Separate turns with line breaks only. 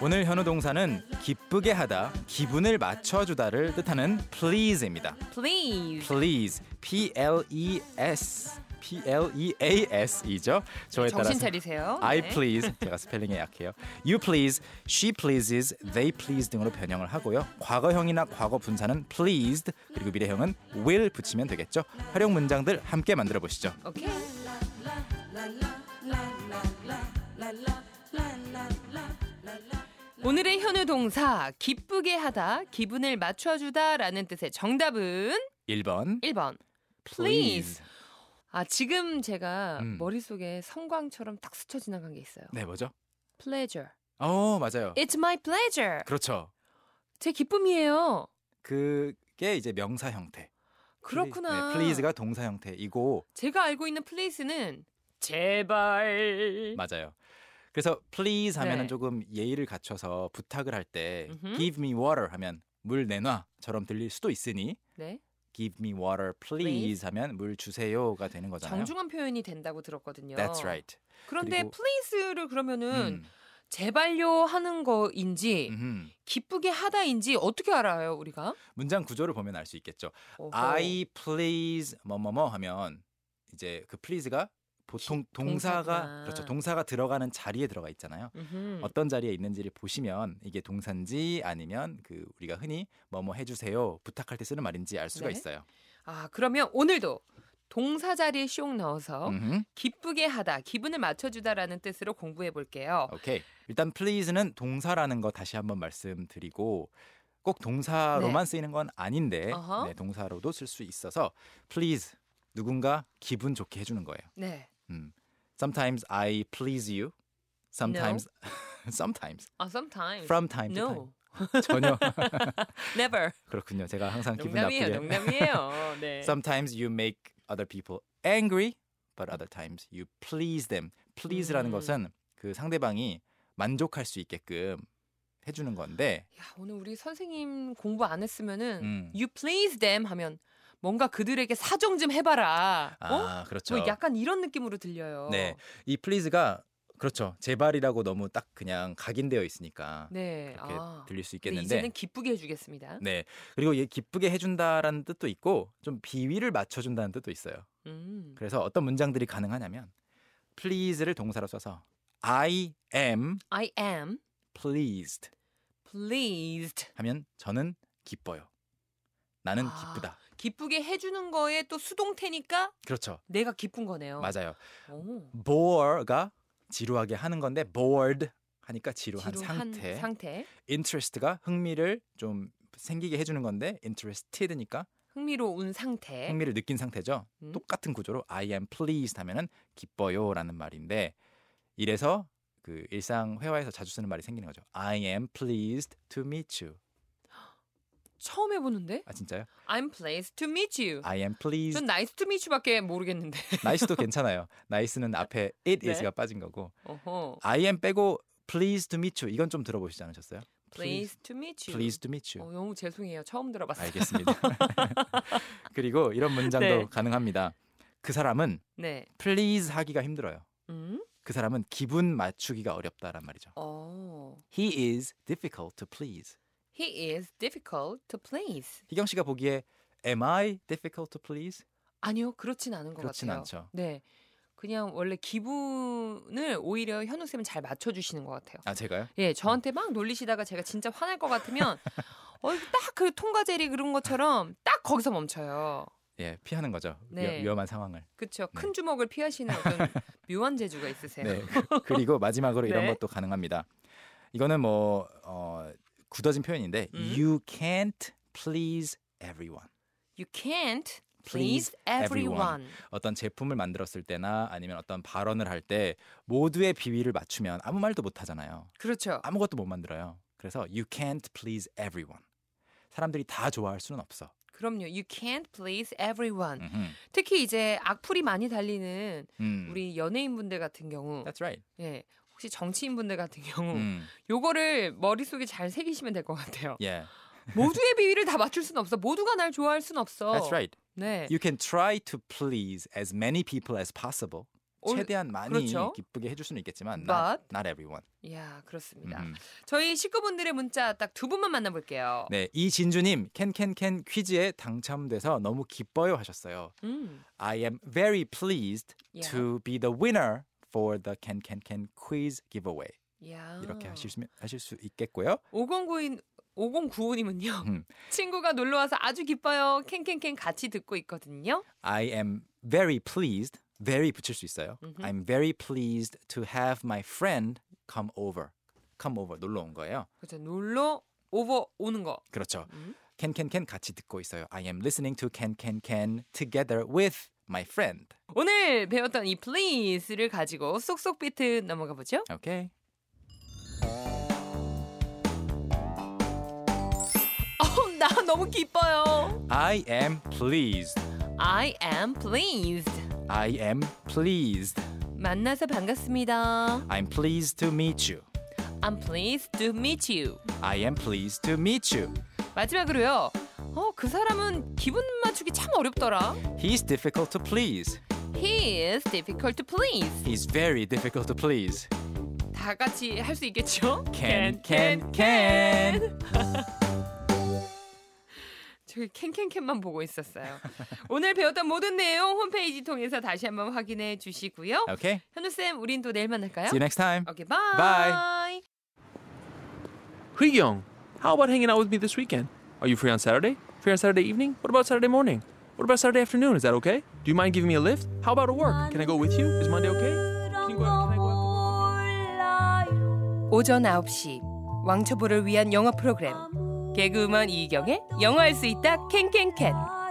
오늘 현우 동사는 기쁘게 하다, 기분을 맞춰주다를 뜻하는 please입니다.
Please.
please, p l e s, p l e a s이죠. 저에
정신
따라서
차리세요.
I
네.
please 제가 스펠링에 약해요. You please, she pleases, they please 등으로 변형을 하고요. 과거형이나 과거 분사는 pleased 그리고 미래형은 will 붙이면 되겠죠. 활용 문장들 함께 만들어 보시죠.
오케이. 오늘의 현우 동사 기쁘게 하다, 기분을 맞춰주다라는 뜻의 정답은
1번
1번 please. 아 지금 제가
음.
머릿속에 성광처럼 딱 스쳐 지나간 게 있어요.
네, 뭐죠?
pleasure.
어, 맞아요.
It's my pleasure.
그렇죠.
제 기쁨이에요.
그게 이제 명사 형태.
그렇구나.
네, please가 동사 형태이고
제가 알고 있는 place는 제발.
맞아요. 그래서 please 하면은
네.
조금 예의를 갖춰서 부탁을 할 때
음흠.
give me water 하면 물 내놔처럼 들릴 수도 있으니
네.
give me water please,
Please.
하면 물 주세요가 되는 거잖아요.
정중한 표현이 된다고 들었거든요.
That's right.
그런데
그리고-
please를 그러면은
음,
제발요 하는 거인지
음흠.
기쁘게 하다인지 어떻게 알아요 우리가?
문장 구조를 보면 알 수 있겠죠.
어허.
I please 뭐뭐뭐 하면 이제 그 please가 보통 동사가
동사구나.
그렇죠. 동사가 들어가는 자리에 들어가 있잖아요.
음흠.
어떤 자리에 있는지를 보시면 이게 동사인지 아니면 그 우리가 흔히 뭐뭐 해주세요 부탁할 때 쓰는 말인지 알 수가
네.
있어요.
아 그러면 오늘도 동사 자리에 쇽 넣어서
음흠.
기쁘게 하다 기분을 맞춰주다라는 뜻으로 공부해 볼게요.
오케이. 일단 please는 동사라는 거 다시 한번 말씀드리고 꼭 동사로만 쓰이는 건 아닌데
네. 어허.
네, 동사로도 쓸 수 있어서 please 누군가 기분 좋게 해주는 거예요.
네.
음. Sometimes I please you. Sometimes, sometimes,
아 sometimes.
from time to
no.
time. 전혀
Never.
그렇군요. 제가 항상 기분
농담이에요.
나쁘게.
농담이에요. 네.
Sometimes you make other people angry, but other times you please them. Please라는
음.
것은 그 상대방이 만족할 수 있게끔 해주는 건데
야, 오늘 우리 선생님 공부 안 했으면은
음.
you please them 하면 뭔가 그들에게 사정 좀 해봐라. 어?
아 그렇죠.
뭐 약간 이런 느낌으로 들려요.
네. 이 please가 그렇죠. 제발이라고 너무 딱 그냥 각인되어 있으니까
네.
그렇게
아.
들릴 수
근데
있겠는데.
이제는 그렇죠. 기쁘게 해주겠습니다.
네. 그리고 얘 기쁘게 해준다라는 뜻도 있고 좀 비위를 맞춰준다는 뜻도 있어요.
음.
그래서 어떤 문장들이 가능하냐면 please를 동사로 써서 I am
I am
pleased
pleased.
하면 저는 기뻐요. 나는
아.
기쁘다.
기쁘게 해주는 거에 또 수동태니까
그렇죠.
내가 기쁜 거네요.
맞아요.
오,
bore가 지루하게 하는 건데 bored 하니까 지루한,
지루한
상태.
상태.
interest가 흥미를 좀 생기게 해주는 건데 interested니까
흥미로운 상태.
흥미를 느낀 상태죠.
음.
똑같은 구조로 I am pleased 하면은 기뻐요라는 말인데 이래서 그 일상 회화에서 자주 쓰는 말이 생기는 거죠. I am pleased to meet you.
처음 해보는데?
아 진짜요?
I'm pleased to meet you.
I am 아, pleased.
전 nice to meet you밖에 모르겠는데.
나이스도 괜찮아요. 나이스는 앞에 it
네.
is가 빠진 거고
어허.
I am 빼고 pleased to meet you 이건 좀 들어보시지 않으셨어요?
Please to meet you.
pleased to meet you.
어, 너무 죄송해요. 처음 들어봤어요.
알겠습니다. 그리고 이런 문장도
네.
가능합니다. 그 사람은
네.
please 하기가 힘들어요.
음.
그 사람은 기분 맞추기가 어렵다란 말이죠.
어.
He is difficult to please.
He is difficult to please.
희경 씨가 보기에 am I difficult to please?
아니요, 그렇진 않은 것
그렇진
같아요.
않죠.
네. 그냥 원래 기분을 오히려 현우 쌤은 잘 맞춰 주시는 것 같아요.
아 제가요?
예, 저한테 막 놀리시다가 제가 진짜 화날 것 같으면 어, 딱그 통과제리 그런 것처럼 딱 거기서 멈춰요.
예, 피하는 거죠.
네.
위, 험한 상황을.
그렇죠.
네.
큰 주먹을 피하시는 어떤 묘한 재주가 있으세요.
네. 그리고 마지막으로 이런
네.
것도 가능합니다. 이거는 뭐 어, 굳어진 표현인데
음.
you can't please everyone.
You can't
Please
please everyone.
어떤 제품을 만들었을 때나 아니면 어떤 발언을 할 때 모두의 비위를 맞추면 아무 말도 못 하잖아요.
그렇죠.
아무것도 못 만들어요. 그래서 you can't please everyone. 사람들이 다 좋아할 수는 없어.
그럼요. You can't please everyone.
음흠.
특히 이제 악플이 많이 달리는
음.
우리 연예인분들 같은 경우,
That's right.
예, 혹시 정치인분들 같은 경우,
음.
요거를 머릿속에 잘 새기시면 될 것 같아요.
Yeah.
모두의 비위를 다 맞출 순 없어. 모두가 날 좋아할 순 없어.
That's right.
네.
You can try to please as many people as possible.
올-
최대한 많이
그렇죠.
기쁘게 해줄 수는 있겠지만 not,
But-
not everyone.
이야 그렇습니다.
음.
저희 식구분들의 문자 딱 두 분만 만나볼게요.
네, 이진주님 캔캔캔 퀴즈에 당첨돼서 너무 기뻐요 하셨어요.
음.
I am very pleased
Yeah.
to be the winner for the 캔캔캔 quiz giveaway.
이야.
이렇게 하실 수, 하실 수 있겠고요.
5092 5095님은요.
음.
친구가 놀러 와서 아주 기뻐요. 캔캔캔 같이 듣고 있거든요.
I am very pleased. very 붙일 수 있어요.
음흠.
I'm very pleased to have my friend come over. come over 놀러 온 거예요.
그죠 그렇죠. 놀러 오버 오는 거.
그렇죠.
음.
캔캔캔 같이 듣고 있어요. I am listening to 캔캔캔 together with my friend.
오늘 배웠던 이 please를 가지고 쏙쏙 비트 넘어가 보죠.
Okay.
어, 나 너무 기뻐요.
I am pleased.
I am pleased.
I am pleased.
만나서 반갑습니다.
I'm pleased to meet you.
I'm pleased to meet you.
I am pleased to meet you.
마지막으로요. 어, 그 사람은 기분 맞추기 참 어렵더라.
He's difficult to please.
He is difficult to please.
He's very difficult to please.
다 같이 할 수 있겠죠?
Can, can, can.
저기 캔캔캔만 보고 있었어요. 오늘 배웠던 모든 내용 홈페이지 통해서 다시 한번 확인해 주시고요.
Okay.
현우 쌤, 우린 또 내일 만날까요?
See you next time.
오케이, 바이.
Bye.
Young, how about hanging out with me this weekend? Are you free on Saturday? Free on Saturday evening? What about Saturday morning? What about Saturday afternoon? Is that okay? Do you mind giving me a lift? How about at work? Can I go with you? Is Monday okay? Can you go out? Can I go out?
오전 9시 왕초보를 위한 영어 프로그램 개그우먼 이경의 영어할 수 있다 캔캔캔